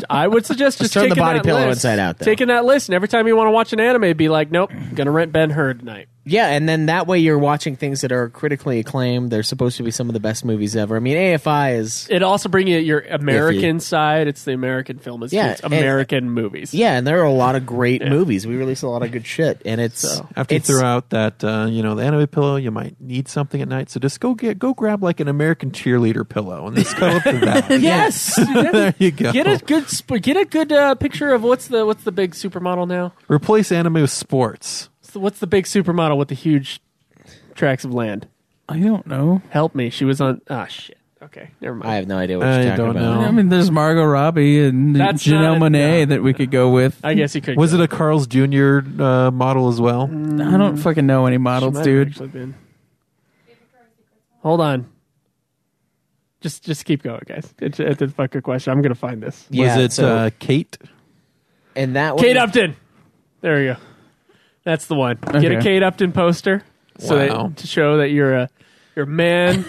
Speaker 4: I would
Speaker 1: [laughs]
Speaker 4: suggest just
Speaker 1: turn the
Speaker 4: taking
Speaker 1: body
Speaker 4: that
Speaker 1: pillow
Speaker 4: list,
Speaker 1: inside out, though.
Speaker 4: Taking that list, and every time you want to watch an anime, be like, nope, gonna rent Ben Hur tonight.
Speaker 1: Yeah, and then that way you're watching things that are critically acclaimed. They're supposed to be some of the best movies ever. I mean, AFI is
Speaker 4: It also bring you your American side. It's the American film. It's,
Speaker 1: Yeah,
Speaker 4: it's
Speaker 1: and-
Speaker 4: American movies.
Speaker 1: Yeah, and there are a lot of great movies. We release a lot of good shit, and it's
Speaker 3: After
Speaker 1: it's,
Speaker 3: you throw out that uh, you know the anime pillow, you might need something at night. So just go get go grab like an American cheerleader pillow and just cuddle up to
Speaker 1: [laughs]
Speaker 3: that.
Speaker 4: Yes.
Speaker 3: there you go.
Speaker 4: Get a good sp- get a good uh, picture of what's the what's the big supermodel now?
Speaker 3: Replace anime with sports.
Speaker 4: What's the, what's the big supermodel with the huge tracts of land?
Speaker 2: I don't know.
Speaker 4: Help me. She was on ah shit. Okay, never mind.
Speaker 1: I have no idea what
Speaker 3: I
Speaker 1: you're talking
Speaker 3: don't
Speaker 1: about.
Speaker 3: know.
Speaker 2: I mean, there's Margot Robbie and
Speaker 4: That's
Speaker 2: Janelle
Speaker 4: not a-
Speaker 2: Monae
Speaker 4: no.
Speaker 2: that we could go with. I,
Speaker 4: I guess you could.
Speaker 3: Was
Speaker 4: go.
Speaker 3: it a Carl's Jr. Uh, model as well?
Speaker 1: Mm,
Speaker 2: don't fucking know any
Speaker 4: She
Speaker 2: models,
Speaker 4: might have
Speaker 2: dude.
Speaker 4: actually been- Hold on. Just just keep going, guys. It's, it's a fucking question. I'm gonna find this.
Speaker 1: Yeah, [laughs]
Speaker 3: was it
Speaker 1: so-
Speaker 3: uh, Kate?
Speaker 1: and that
Speaker 4: Kate
Speaker 1: one,
Speaker 4: Upton. There you go. That's the one. Get a
Speaker 2: Okay.
Speaker 4: Kate Upton poster so
Speaker 3: Wow.
Speaker 4: that, to show that you're a you're a man.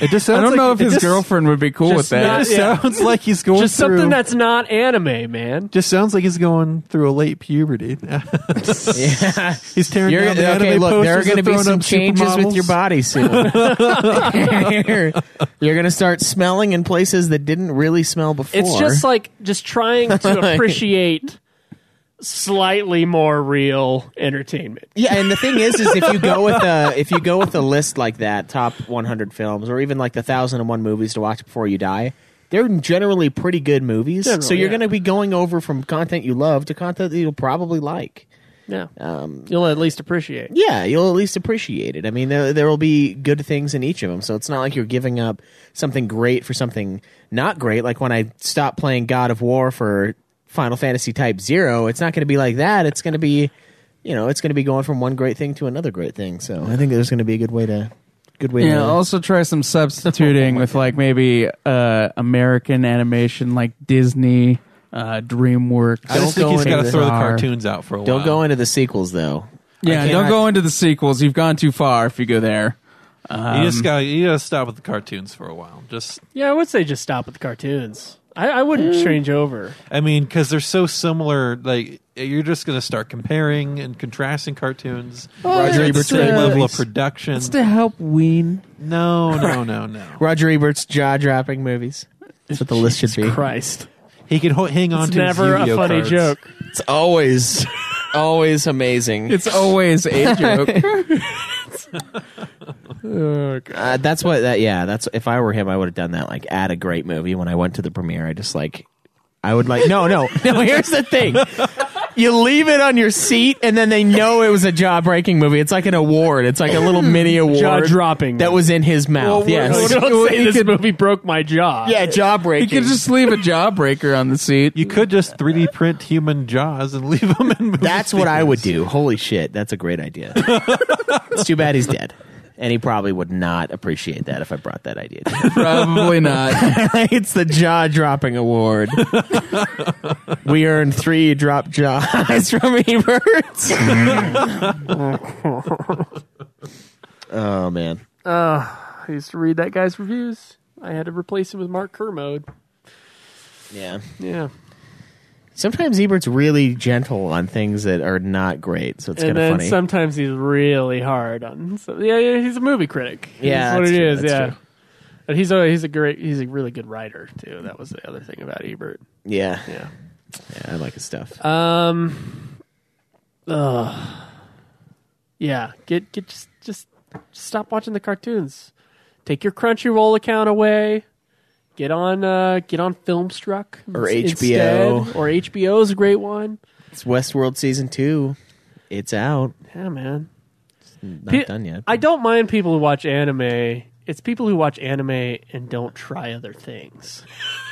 Speaker 3: It just sounds
Speaker 2: I don't
Speaker 3: like,
Speaker 2: know if
Speaker 3: it
Speaker 2: his
Speaker 3: just-
Speaker 2: girlfriend would be cool with
Speaker 4: just
Speaker 2: that.
Speaker 3: [laughs]
Speaker 4: not-
Speaker 3: It just
Speaker 4: Yeah.
Speaker 3: sounds like he's going
Speaker 4: Just
Speaker 3: through,
Speaker 4: something that's not anime, man.
Speaker 3: just sounds like he's going through a late puberty. [laughs]
Speaker 1: yeah.
Speaker 3: he's tearing
Speaker 1: You're,
Speaker 3: down the
Speaker 1: okay,
Speaker 3: anime
Speaker 1: look, there are
Speaker 3: posters
Speaker 1: going to
Speaker 3: and
Speaker 1: be
Speaker 3: throwing
Speaker 1: some
Speaker 3: up
Speaker 1: changes with your
Speaker 3: supermodels.
Speaker 1: body soon. [laughs] you're going to start smelling in places that didn't really smell before.
Speaker 4: It's just like just trying to appreciate slightly more real entertainment.
Speaker 1: Yeah, and the thing is, is if you go with a if you go with a list like that, top 100 films, or even like the thousand and one movies to watch before you die, they're generally pretty good movies. so
Speaker 4: Generally,
Speaker 1: you're
Speaker 4: yeah.
Speaker 1: going to be going over from content you love to content that you'll probably like.
Speaker 4: Yeah.
Speaker 1: Um,
Speaker 4: You'll at least appreciate.
Speaker 1: yeah, you'll at least appreciate it. I mean, there there will be good things in each of them. So it's not like you're giving up something great for something not great. Like when I stopped playing God of War for Final Fantasy Type Zero, it's not going to be like that. It's going to be, you know, it's going to be going from one great thing to another great thing. So I think there's going to be a good way to, good way
Speaker 2: Yeah,
Speaker 1: to.
Speaker 2: also try some substituting with like maybe uh, American animation like Disney, uh, DreamWorks.
Speaker 3: I just think
Speaker 1: Don't
Speaker 3: he's
Speaker 1: go
Speaker 3: got to
Speaker 1: into
Speaker 3: throw the
Speaker 2: Pixar.
Speaker 3: cartoons out for a
Speaker 1: don't
Speaker 3: while.
Speaker 1: go into the sequels though.
Speaker 2: Yeah,
Speaker 1: I
Speaker 2: don't
Speaker 1: cannot-
Speaker 2: go into the sequels. You've gone too far if you go there. Um,
Speaker 3: You just got you got to stop with the cartoons for a while. Just
Speaker 4: Yeah, I would say just stop with the cartoons. I, I
Speaker 1: Mm.
Speaker 4: wouldn't change over.
Speaker 3: I mean, because they're so similar. Like you're just going to start comparing and contrasting cartoons.
Speaker 1: Roger
Speaker 3: You're at the
Speaker 1: Ebert's
Speaker 3: same
Speaker 1: uh,
Speaker 3: level of production.
Speaker 2: to help wean.
Speaker 3: No, no, no,
Speaker 4: [laughs]
Speaker 3: no.
Speaker 1: Roger Ebert's jaw dropping movies. That's what the list should be.
Speaker 4: Christ.
Speaker 3: He can ho- hang on
Speaker 4: It's
Speaker 3: to his
Speaker 4: never a
Speaker 3: Yu-Gi-Oh
Speaker 4: funny
Speaker 3: cards.
Speaker 4: joke.
Speaker 1: It's always, always amazing.
Speaker 2: It's [laughs] always a joke.
Speaker 1: [laughs] Uh, that's what that yeah that's if i were him i would have done that like at a great movie when i went to the premiere i just like i would like no no no here's the thing you leave it on your seat and then they know it was a jaw-breaking movie it's like an award it's like a little mini award
Speaker 4: Jaw-dropping.
Speaker 1: that was in his mouth yes [laughs]
Speaker 4: Don't say this movie broke my jaw.
Speaker 1: yeah
Speaker 2: you
Speaker 1: jaw-breaking
Speaker 2: could just leave a jawbreaker on the seat.
Speaker 3: [laughs] You could just 3D print human jaws and [laughs] leave them in. Movie
Speaker 1: that's what i would
Speaker 3: theaters.
Speaker 1: do holy shit that's a great idea it's too bad he's dead and he probably would not appreciate that if i brought that idea to him
Speaker 2: Probably not.
Speaker 1: it's the jaw dropping
Speaker 4: [laughs]
Speaker 1: award. we earned three drop jaws [laughs] from Ebert's. [laughs] oh man.
Speaker 4: I used to read that guy's reviews. I had to replace him with Mark Kermode.
Speaker 1: Yeah.
Speaker 4: Yeah.
Speaker 1: Sometimes Ebert's really gentle on things that are not great, so it's
Speaker 4: and
Speaker 1: kind
Speaker 4: then
Speaker 1: of funny.
Speaker 4: sometimes he's really hard on. So, yeah, yeah, he's a movie critic.
Speaker 1: Yeah,
Speaker 4: That's what
Speaker 1: that's
Speaker 4: it
Speaker 1: true,
Speaker 4: is.
Speaker 1: that's
Speaker 4: Yeah,
Speaker 1: true.
Speaker 4: but he's a he's a great he's a really good writer too. That was the other thing about Ebert.
Speaker 1: yeah. yeah.
Speaker 4: Yeah.
Speaker 1: I like his stuff.
Speaker 4: Um. Ugh. Yeah. Get get just just just stop watching the cartoons. Take your Crunchyroll account away. Get on uh get on Filmstruck
Speaker 1: Or
Speaker 4: ins-
Speaker 1: HBO.
Speaker 4: instead. or HBO is a great one.
Speaker 1: it's Westworld season two. It's out.
Speaker 4: Yeah, man.
Speaker 1: Not
Speaker 4: Pe-
Speaker 1: done yet.
Speaker 4: I don't mind people who watch anime. It's people who watch anime and don't try other things.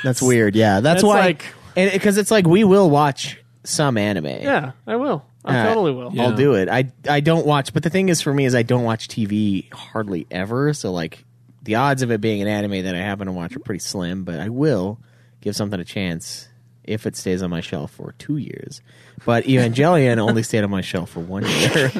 Speaker 1: That's weird. Yeah. That's,
Speaker 4: That's
Speaker 1: why.
Speaker 4: like-
Speaker 1: and because it's like we will watch some anime.
Speaker 4: Yeah, I will. I
Speaker 1: All right.
Speaker 4: totally will.
Speaker 1: I'll do it. I I don't watch, but the thing is for me is I don't watch TV hardly ever. So like the odds of it being an anime that I happen to watch are pretty slim. But I will give something a chance if it stays on my shelf for two years. But Evangelion only stayed on my shelf for one year,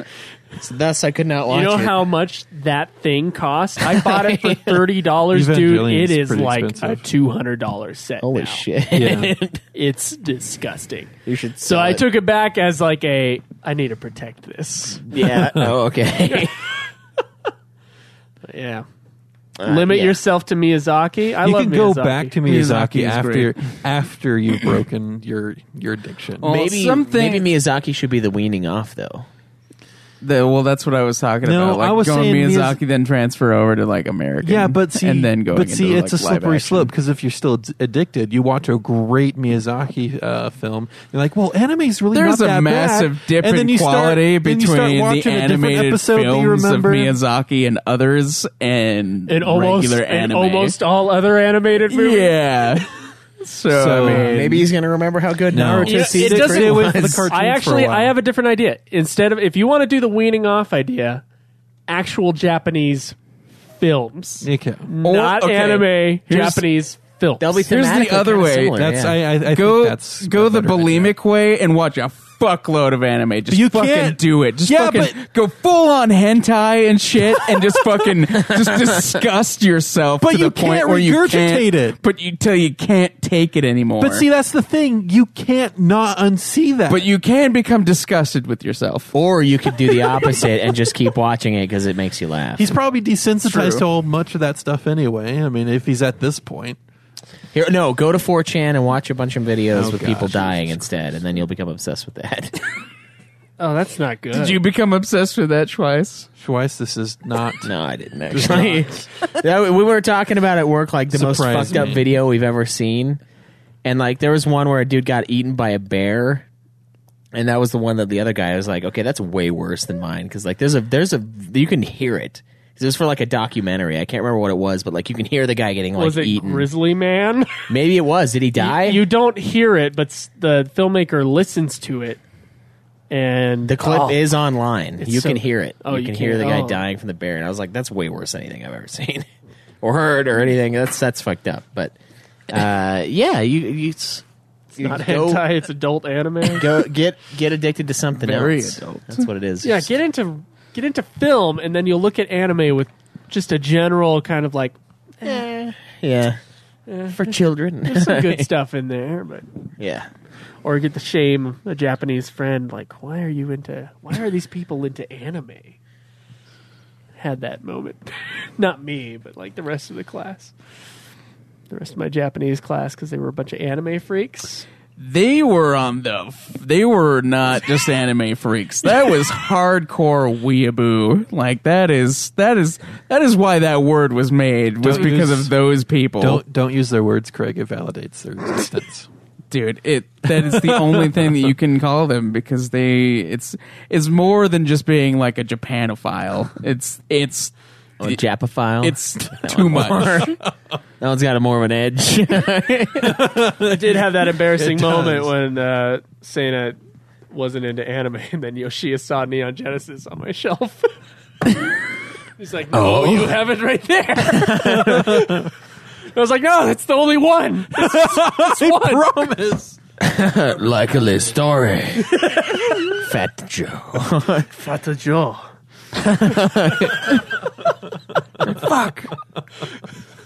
Speaker 1: so thus I could not watch.
Speaker 4: You know
Speaker 1: it.
Speaker 4: how much that thing cost? I bought
Speaker 1: [laughs]
Speaker 4: it for thirty dollars, dude.
Speaker 3: Evangelion's
Speaker 4: It is
Speaker 3: pretty
Speaker 4: like a
Speaker 3: expensive.
Speaker 4: two hundred dollar set.
Speaker 1: holy
Speaker 4: now.
Speaker 1: shit!
Speaker 4: [laughs] It's disgusting.
Speaker 1: you should.
Speaker 4: So
Speaker 1: sell
Speaker 4: I
Speaker 1: it.
Speaker 4: took it back as like a I need to protect this.
Speaker 1: [laughs] Yeah. Oh, okay.
Speaker 4: But yeah.
Speaker 1: Uh,
Speaker 4: Limit
Speaker 1: yeah.
Speaker 4: yourself to Miyazaki. I
Speaker 3: You
Speaker 4: love
Speaker 3: can go
Speaker 4: Miyazaki.
Speaker 3: back to
Speaker 2: Miyazaki
Speaker 3: Miyazaki,
Speaker 2: is
Speaker 3: after after you've broken your your
Speaker 4: [laughs]
Speaker 3: addiction.
Speaker 2: Well,
Speaker 1: Maybe
Speaker 2: something-
Speaker 1: maybe Miyazaki should be the weaning off though.
Speaker 2: The- well, that's what I was talking
Speaker 3: No,
Speaker 2: about. Like
Speaker 3: I was
Speaker 2: going
Speaker 3: saying
Speaker 2: Miyazaki, then transfer over to like American.
Speaker 3: Yeah, but see,
Speaker 2: and then going.
Speaker 3: but see,
Speaker 2: into,
Speaker 3: it's
Speaker 2: like,
Speaker 3: a
Speaker 2: live
Speaker 3: slippery
Speaker 2: action.
Speaker 3: slope because if you're still ad- addicted, you watch a great Miyazaki uh, film, you're like, well, anime's really
Speaker 2: There's
Speaker 3: not
Speaker 2: a
Speaker 3: that
Speaker 2: massive
Speaker 3: bad.
Speaker 2: dip
Speaker 3: and
Speaker 2: in
Speaker 3: then you
Speaker 2: quality
Speaker 3: start, then you start
Speaker 2: between the
Speaker 3: watching a different
Speaker 2: animated
Speaker 3: episode that you
Speaker 2: films of
Speaker 3: remember.
Speaker 2: Miyazaki and others, and
Speaker 4: in almost
Speaker 2: regular
Speaker 4: in
Speaker 2: anime.
Speaker 4: almost all other animated movies.
Speaker 3: [laughs]
Speaker 2: yeah. So, I
Speaker 3: So,
Speaker 2: mean,
Speaker 1: Maybe he's gonna remember how good
Speaker 3: No.
Speaker 1: Naruto
Speaker 3: Yeah,
Speaker 4: it
Speaker 1: season
Speaker 4: doesn't-
Speaker 1: three
Speaker 3: Stay away
Speaker 1: was.
Speaker 3: from the cartoons
Speaker 4: I actually
Speaker 3: for a while.
Speaker 4: I have a different idea. Instead of if you want to do the weaning off idea, actual Japanese films.
Speaker 3: Okay.
Speaker 4: Not
Speaker 2: okay.
Speaker 1: Oh,
Speaker 4: anime,
Speaker 2: Here's-
Speaker 4: Japanese filth.
Speaker 1: They'll be
Speaker 2: Here's the
Speaker 1: thematically
Speaker 2: other
Speaker 1: kinda
Speaker 2: way.
Speaker 1: similar,
Speaker 3: That's
Speaker 1: yeah.
Speaker 3: I, I, I
Speaker 2: go
Speaker 3: think that's
Speaker 2: go
Speaker 3: a
Speaker 2: the
Speaker 3: better idea.
Speaker 2: bulimic way and watch a fuckload of anime. Just
Speaker 3: you
Speaker 2: fucking
Speaker 3: can't-
Speaker 2: do it. Just
Speaker 3: Yeah,
Speaker 2: fucking
Speaker 3: but-
Speaker 2: go full on hentai and shit, and just
Speaker 3: [laughs]
Speaker 2: fucking just disgust yourself.
Speaker 3: But
Speaker 2: to
Speaker 3: you
Speaker 2: the point
Speaker 3: can't
Speaker 2: where you can't,
Speaker 3: regurgitate it.
Speaker 2: But you till you can't take it anymore.
Speaker 3: But see, that's the thing. You can't not unsee that.
Speaker 2: but you can become disgusted with yourself.
Speaker 1: Or you could do the opposite and just keep watching it because it makes you laugh.
Speaker 3: he's probably desensitized
Speaker 2: True.
Speaker 3: to all much of that stuff anyway. I mean, if he's at this point,
Speaker 1: Here, no, go to 4chan and watch a bunch of videos
Speaker 3: Oh,
Speaker 1: with
Speaker 3: gosh,
Speaker 1: people
Speaker 3: Jesus
Speaker 1: dying instead, and then you'll become obsessed with that.
Speaker 4: Oh, that's not good.
Speaker 2: Did you become obsessed with that twice?
Speaker 3: Schweiss, this is
Speaker 2: [laughs]
Speaker 3: not.
Speaker 1: [laughs] no, I didn't
Speaker 3: Just
Speaker 1: actually. That- we were talking about at work like the most
Speaker 3: Surprised
Speaker 1: fucked up
Speaker 3: me.
Speaker 1: video we've ever seen, and like there was one where a dude got eaten by a bear. And that was the one that the other guy was like, okay, that's way worse than mine because like there's a there's a you can hear it. This was for like a documentary. I can't remember what it was, but like you can hear the guy getting like
Speaker 4: was it
Speaker 1: eaten.
Speaker 4: Grizzly Man? [laughs]
Speaker 1: Maybe it was. Did he die?
Speaker 4: You don't hear it, but s- the filmmaker listens to it. And
Speaker 1: The clip
Speaker 4: Oh.
Speaker 1: is online. You
Speaker 4: so-
Speaker 1: can hear it.
Speaker 4: Oh,
Speaker 1: you,
Speaker 4: you
Speaker 1: can
Speaker 4: can-
Speaker 1: hear the guy
Speaker 4: oh.
Speaker 1: dying from the bear, and I was like, "That's way worse than anything I've ever [laughs] seen, or heard, or anything." That's that's fucked up. But uh, [laughs] yeah, you you, it's, you
Speaker 4: [laughs] not
Speaker 1: go,
Speaker 4: hentai, it's adult anime.
Speaker 1: go get get addicted to something
Speaker 2: Very
Speaker 1: else.
Speaker 2: adult.
Speaker 1: That's what it is.
Speaker 4: yeah, get into get into film, and then you'll look at anime with just a general kind of like
Speaker 1: yeah. For children,
Speaker 4: there's some good stuff in there, but
Speaker 1: [laughs] yeah,
Speaker 4: or get the shame of a Japanese friend like why are you into why are these people into anime? Had that moment, [laughs] not me, but like the rest of the class, the rest of my Japanese class because they were a bunch of anime freaks.
Speaker 2: They were on the. They were not just anime freaks. That was hardcore weeaboo. Like that is that is that is why that word was made was
Speaker 3: Don't
Speaker 2: because
Speaker 3: use-
Speaker 2: of those people.
Speaker 3: Don't don't use their words, Craig. It validates their existence.
Speaker 2: dude it that is the only thing that you can call them because they it's it's more than just being like a japanophile it's it's
Speaker 1: or Japophile.
Speaker 2: it's [laughs] too much
Speaker 1: that one's got a more of an edge.
Speaker 4: did have that embarrassing
Speaker 3: It does.
Speaker 4: moment when uh, Sana wasn't into anime, [laughs] and then Yoshia saw Neon Genesis on my shelf. [laughs] He's like, "No, you have it right there." [laughs] I was like, "No, that's the only one." [laughs] That's, that's one.
Speaker 3: Promise.
Speaker 1: [laughs] like a little story, [laughs] Fat Joe.
Speaker 4: That's a Joe.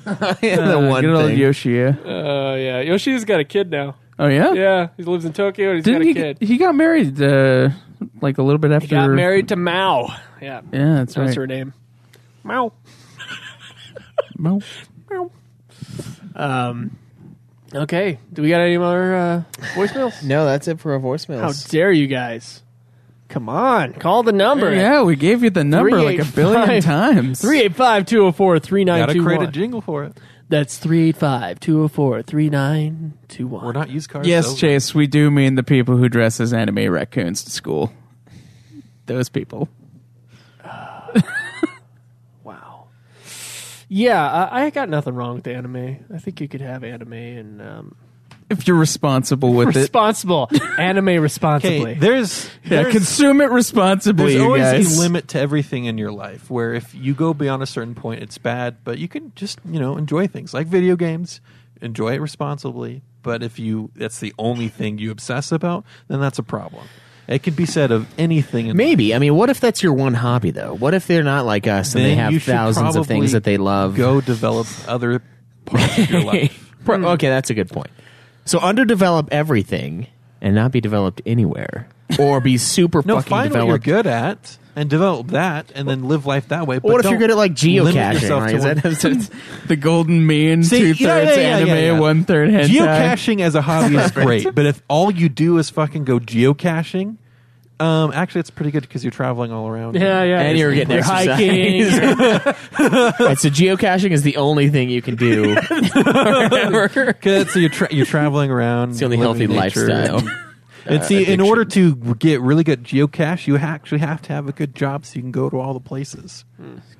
Speaker 1: the
Speaker 2: [laughs]
Speaker 1: one
Speaker 2: good old
Speaker 1: thing.
Speaker 2: yoshia
Speaker 4: Uh, yeah, Yoshia's got a kid now.
Speaker 2: oh yeah
Speaker 4: Yeah, he lives in Tokyo and he's
Speaker 2: didn't he
Speaker 4: got a kid.
Speaker 2: he got married uh like a little bit after
Speaker 4: Got married to Mao. Yeah,
Speaker 2: yeah that's
Speaker 4: that's
Speaker 2: right
Speaker 4: her name. Mao.
Speaker 2: Well,
Speaker 4: Um, okay. Do we got any more uh, voicemails?
Speaker 1: No, that's it for our voicemails.
Speaker 4: How dare you guys? Come on, call the number.
Speaker 2: yeah we gave you the number like a billion
Speaker 4: 385
Speaker 2: times
Speaker 4: 385 204
Speaker 3: Gotta create a
Speaker 4: 3921.
Speaker 3: jingle for it.
Speaker 4: That's 385 204 3921.
Speaker 3: We're not used cars.
Speaker 2: yes
Speaker 3: so-
Speaker 2: chase we do mean the people who dress as anime raccoons to school those people
Speaker 4: Wow. Yeah, I, I got nothing wrong with anime. I think you could have anime and um,
Speaker 2: if you're responsible with
Speaker 3: [laughs]
Speaker 2: it
Speaker 4: responsible. anime responsibly.
Speaker 3: Okay, there's
Speaker 2: Yeah,
Speaker 3: there's-
Speaker 2: consume it responsibly,
Speaker 3: There's
Speaker 2: you
Speaker 3: always
Speaker 2: guys. [laughs]
Speaker 3: a limit to everything in your life where if you go beyond a certain point, it's bad, but you can just, you know, enjoy things like video games, enjoy it responsibly. But if you, that's the only thing you obsess about, then that's a problem. It could be said of anything. In
Speaker 1: Maybe. I mean, what if that's your one hobby, though? What if they're not like us and
Speaker 3: Then
Speaker 1: they have
Speaker 3: you should
Speaker 1: thousands of
Speaker 3: probably
Speaker 1: things that they love? [laughs]
Speaker 3: Go develop other parts of your life.
Speaker 1: Pro- okay, that's a good point. So underdevelop everything and not be developed anywhere, or be super
Speaker 3: [laughs] No,
Speaker 1: fucking
Speaker 3: find what you're
Speaker 1: developed.
Speaker 3: good at and develop that and then live life that way. But
Speaker 1: What if you're
Speaker 3: don't
Speaker 1: good at like
Speaker 3: limit
Speaker 1: geocaching?
Speaker 3: yourself
Speaker 1: Like,
Speaker 3: to
Speaker 1: is
Speaker 3: one-
Speaker 1: that-
Speaker 3: [laughs]
Speaker 1: that's-
Speaker 2: the golden mean,
Speaker 3: See,
Speaker 2: [laughs] two thirds
Speaker 3: yeah, yeah, yeah,
Speaker 2: anime,
Speaker 3: yeah, yeah.
Speaker 2: one third hentai.
Speaker 3: Geocaching as a
Speaker 2: [laughs]
Speaker 3: hobby is great, but if all you do is fucking go geocaching, um, actually, it's pretty good because you're traveling all around.
Speaker 4: yeah, yeah.
Speaker 1: and you're getting exercise.
Speaker 4: [laughs] hiking.
Speaker 1: And so geocaching is the only thing you can do.
Speaker 3: [laughs]
Speaker 1: forever.
Speaker 3: [laughs] 'Cause- so you're tra- you're traveling around. It's
Speaker 1: the only healthy lifestyle.
Speaker 3: [laughs] And see, in order to get really good geocache, you ha- actually have to have a good job so you can go to all the places.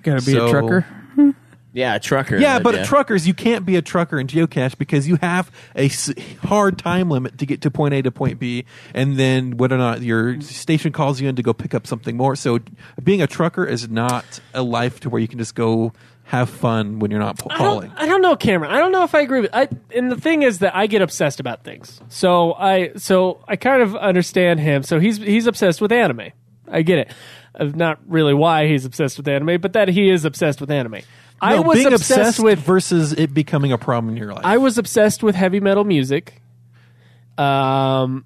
Speaker 2: Gotta be
Speaker 3: So-
Speaker 2: a trucker.
Speaker 1: yeah, a trucker.
Speaker 3: Yeah, but
Speaker 1: a
Speaker 3: truckers, you can't be a trucker in geocache because you have a s- hard time limit to get to point A to point B, and then whether or not your station calls you in to go pick up something more. So being a trucker is not a life to where you can just go have fun when you're not p- falling.
Speaker 4: I don't, I don't know, Cameron. I don't know if I agree with. I and the thing is that I get obsessed about things. So I so I kind of understand him. So he's he's obsessed with anime. I get it. Uh, Not really why he's obsessed with anime, but that he is obsessed with anime. I
Speaker 3: No,
Speaker 4: was
Speaker 3: being
Speaker 4: obsessed,
Speaker 3: obsessed
Speaker 4: with.
Speaker 3: versus it becoming a problem in your life.
Speaker 4: I was obsessed with heavy metal music. Um,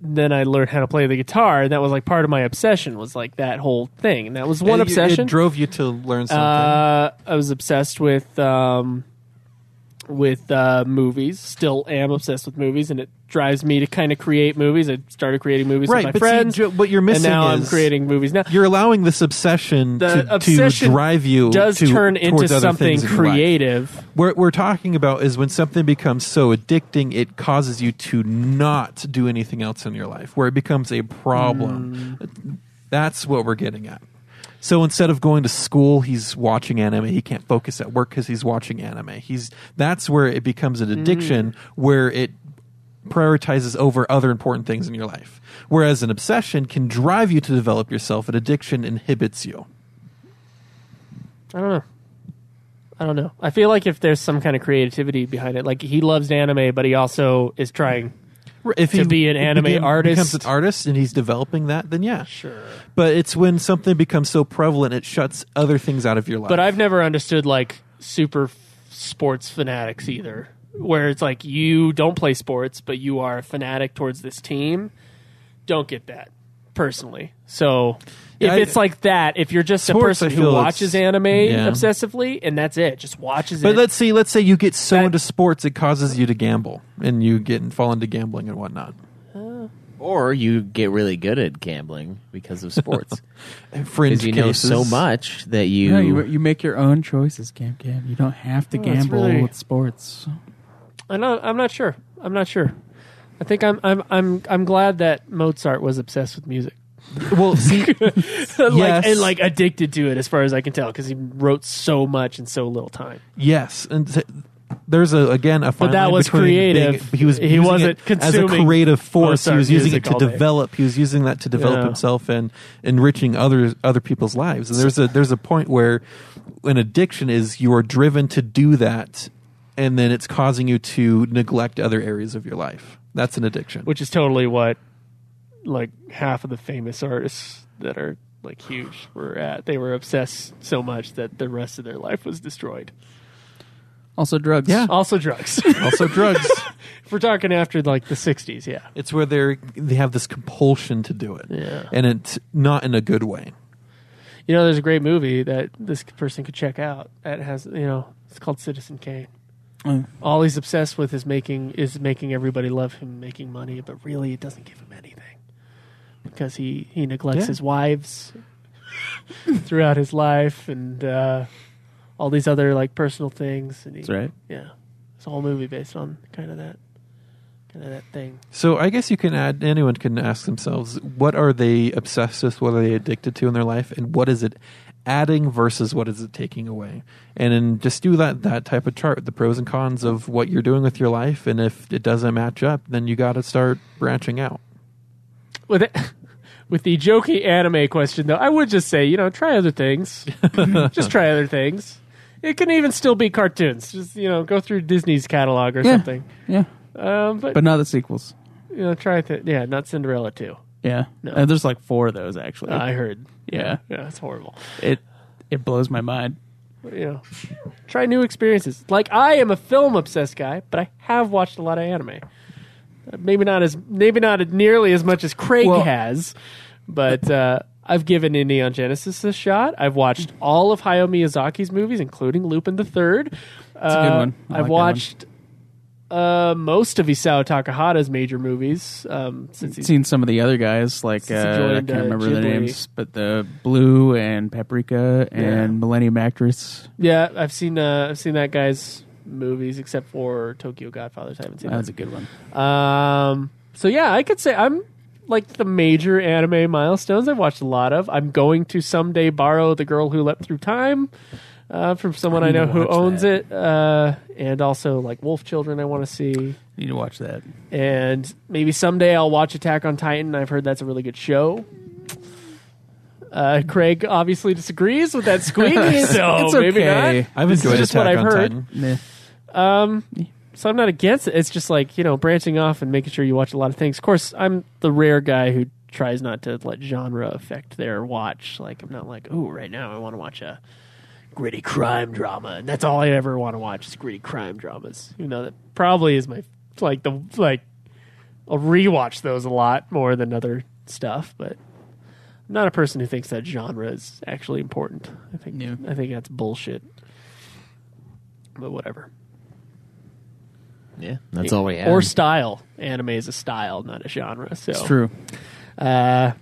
Speaker 4: then I learned how to play the guitar, and that was like part of my obsession. Was like that whole thing, and that was one
Speaker 3: It- it-
Speaker 4: obsession.
Speaker 3: It drove you to learn something.
Speaker 4: Uh, I was obsessed with um, with uh, movies. Still am obsessed with movies, and it drives me to kind of create movies. I started creating movies
Speaker 3: Right,
Speaker 4: with my
Speaker 3: but see,
Speaker 4: friends.
Speaker 3: Jo- what you're missing
Speaker 4: and now I'm
Speaker 3: is-
Speaker 4: creating movies now.
Speaker 3: you're allowing this obsession,
Speaker 4: The
Speaker 3: to,
Speaker 4: obsession
Speaker 3: to drive you
Speaker 4: does
Speaker 3: to,
Speaker 4: turn into
Speaker 3: towards other
Speaker 4: something
Speaker 3: things in your life.
Speaker 4: creative.
Speaker 3: What we're talking about is when something becomes so addicting, it causes you to not do anything else in your life, where it becomes a problem.
Speaker 4: Mm.
Speaker 3: That's what we're getting at. So instead of going to school, he's watching anime. He can't focus at work because he's watching anime. He's that's where it becomes an
Speaker 4: Mm.
Speaker 3: addiction, where it prioritizes over other important things in your life. Whereas an obsession can drive you to develop yourself. An addiction inhibits you.
Speaker 4: I don't know. I don't know. I feel like if there's some kind of creativity behind it, like he loves anime, but he also is trying.
Speaker 3: if
Speaker 4: to be an anime artist.
Speaker 3: becomes an artist and he's developing that then yeah sure but it's when something becomes so prevalent it shuts other things out of your life
Speaker 4: But I've never understood like super f- sports fanatics either, where it's like you don't play sports, but you are a fanatic towards this team. Don't get that personally. So if
Speaker 3: Yeah, I-
Speaker 4: it's like that, if you're just
Speaker 3: Sports,
Speaker 4: a
Speaker 3: I
Speaker 4: person who
Speaker 3: feel
Speaker 4: watches
Speaker 3: it's-
Speaker 4: anime
Speaker 3: yeah.
Speaker 4: obsessively and that's it, just watches
Speaker 3: but
Speaker 4: it.
Speaker 3: let's see let's say you get so
Speaker 4: That-
Speaker 3: into sports it causes you to gamble and you get and fall into gambling and whatnot
Speaker 1: Or you get really good at gambling because
Speaker 3: [laughs]
Speaker 1: of sports.
Speaker 3: fringe
Speaker 1: Because you know so
Speaker 3: cases.
Speaker 1: much that you.
Speaker 2: Yeah, you, you make your own choices, Cam Cam. You don't have to
Speaker 4: Oh, that's
Speaker 2: gamble
Speaker 4: really-
Speaker 2: with sports.
Speaker 4: I'm not. I'm not sure. I'm not sure. I think I'm. I'm. I'm. I'm glad that Mozart was obsessed with music. [laughs]
Speaker 3: well
Speaker 1: [laughs]
Speaker 3: see
Speaker 4: like,
Speaker 3: Yes.
Speaker 4: And like addicted to it, as far as I can tell, because he wrote so much in so little time.
Speaker 3: yes and t- there's a again a fine
Speaker 4: that
Speaker 3: line
Speaker 4: was
Speaker 3: between
Speaker 4: creative.
Speaker 3: being- he was
Speaker 4: He
Speaker 3: using
Speaker 4: wasn't
Speaker 3: it as a
Speaker 4: consuming
Speaker 3: creative force. He
Speaker 4: Mozart
Speaker 3: was using
Speaker 4: music
Speaker 3: it to
Speaker 4: all day.
Speaker 3: develop. He was using that to develop
Speaker 4: Yeah.
Speaker 3: himself and enriching other other people's lives. And there's a there's a point where an addiction is you are driven to do that, and then it's causing you to neglect other areas of your life. That's an addiction.
Speaker 4: which is totally what like half of the famous artists that are like huge were at. They were obsessed so much that the rest of their life was destroyed.
Speaker 2: Also, drugs.
Speaker 3: Yeah.
Speaker 4: Also drugs. [laughs]
Speaker 3: also drugs.
Speaker 4: if we're talking after like the sixties, yeah.
Speaker 3: It's where they they have this compulsion to do it,
Speaker 4: Yeah.
Speaker 3: and it's not in a good way.
Speaker 4: You know, there's a great movie that this person could check out that has you know, it's called Citizen Kane.
Speaker 1: Mm.
Speaker 2: Oh.
Speaker 4: All he's obsessed with is making is making everybody love him, making money, but really it doesn't give him anything. Because he, he neglects
Speaker 3: Yeah.
Speaker 4: his wives throughout his life and uh, all these other like personal things and he,
Speaker 1: That's right.
Speaker 4: yeah. It's a whole movie based on kind of that kind of that thing.
Speaker 3: So I guess you can add anyone can ask themselves what are they obsessed with, what are they addicted to in their life, and what is it adding versus what is it taking away, and then just do that that type of chart, the pros and cons of what you're doing with your life, and if it doesn't match up, then you got to start branching out.
Speaker 4: With it, [laughs] with the jokey anime question though, I would just say, you know, try
Speaker 2: [laughs]
Speaker 4: other things. just try other things. It can even still be cartoons. Just you know, go through Disney's catalog or
Speaker 2: Yeah.
Speaker 4: something.
Speaker 2: Yeah.
Speaker 4: Um, but,
Speaker 2: But not the sequels.
Speaker 4: you know, try th- yeah, not Cinderella too.
Speaker 2: Yeah. Uh, there's like four of those, actually.
Speaker 3: Oh,
Speaker 4: I heard.
Speaker 2: yeah.
Speaker 4: Yeah, it's horrible.
Speaker 2: It it blows my mind.
Speaker 4: But, you know, try new experiences. Like I am a film obsessed guy, but I have watched a lot of anime. Uh, Maybe not as maybe not nearly as much as Craig
Speaker 2: Well-
Speaker 4: has, but uh, I've given in Neon Genesis a shot. I've watched all of Hayao Miyazaki's movies, including Lupin the Third. That's
Speaker 2: a good one. I like
Speaker 4: I've
Speaker 2: that one.
Speaker 4: watched uh, most of Isao Takahata's major movies um, since he's
Speaker 2: Seen some of the other guys, like uh,
Speaker 4: Since he
Speaker 2: I
Speaker 4: joined,
Speaker 2: can't
Speaker 4: uh,
Speaker 2: remember
Speaker 4: Ghibli.
Speaker 2: their names, but the Blue and Paprika and
Speaker 4: Yeah.
Speaker 2: Millennium Actress.
Speaker 4: Yeah, I've seen uh, I've seen that guy's movies except for Tokyo Godfathers. I haven't seen
Speaker 2: That was
Speaker 4: that.
Speaker 2: a good one.
Speaker 4: Um, so yeah, I could say I'm like the major anime milestones. I've watched a lot of. I'm going to someday borrow the girl who leapt through time. Uh, from someone I,
Speaker 2: need
Speaker 4: know
Speaker 2: to
Speaker 4: who
Speaker 2: watch
Speaker 4: owns
Speaker 2: that.
Speaker 4: it, uh, and also like Wolf Children, I want to see,
Speaker 2: Need to watch that.
Speaker 4: and maybe someday I'll watch Attack on Titan. I've heard that's a really good show. Uh, Craig obviously disagrees with that
Speaker 3: [laughs]
Speaker 4: squeak, so
Speaker 2: it's
Speaker 4: maybe
Speaker 2: okay.
Speaker 4: not.
Speaker 3: I've
Speaker 4: This is
Speaker 3: enjoyed
Speaker 4: just what
Speaker 3: Attack
Speaker 4: I've
Speaker 3: on
Speaker 4: heard.
Speaker 3: Titan.
Speaker 2: Meh.
Speaker 4: So I'm not against it. It's just like, you know, branching off and making sure you watch a lot of things. Of course, I'm the rare guy who tries not to let genre affect their watch. Like, I'm not like, oh, right now I want to watch a gritty crime drama. And that's all I ever want to watch is gritty crime dramas. You know, that probably is my, like, the, like, I'll rewatch those a lot more than other stuff, but I'm not a person who thinks that genre is actually important. I think,
Speaker 2: Yeah.
Speaker 4: I think that's bullshit. But whatever
Speaker 1: Oh, Yeah, that's all we have.
Speaker 4: or style. Anime is a style, not a genre. So
Speaker 2: It's Oh. true.
Speaker 4: Uh,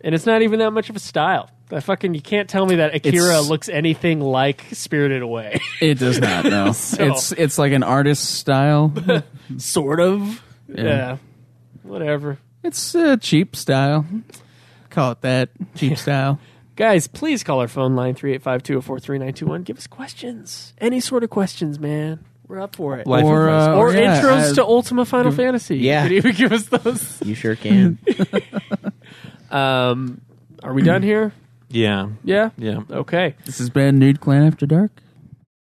Speaker 4: and it's not even that much of a style. I fucking you can't tell me that Akira
Speaker 2: It's-
Speaker 4: looks anything like Spirited Away.
Speaker 2: It does not. No, it's it's like an artist style.
Speaker 4: sort of.
Speaker 2: Yeah.
Speaker 4: Yeah. Whatever.
Speaker 2: It's uh, cheap style. Call it that. Cheap style.
Speaker 4: Guys, please call our phone line 385-204-3921. Give us questions. Any sort of questions, man. We're up for it.
Speaker 3: Life
Speaker 2: Or,
Speaker 3: advice.
Speaker 2: uh,
Speaker 4: or
Speaker 2: yeah,
Speaker 4: intros
Speaker 2: uh,
Speaker 4: to Ultima Final Fantasy.
Speaker 1: Yeah.
Speaker 4: You could even give us those.
Speaker 1: you sure can.
Speaker 4: [laughs] Um, are we done here?
Speaker 3: yeah,
Speaker 4: Yeah?
Speaker 3: yeah.
Speaker 4: Okay.
Speaker 2: This has been Nude Clan After Dark.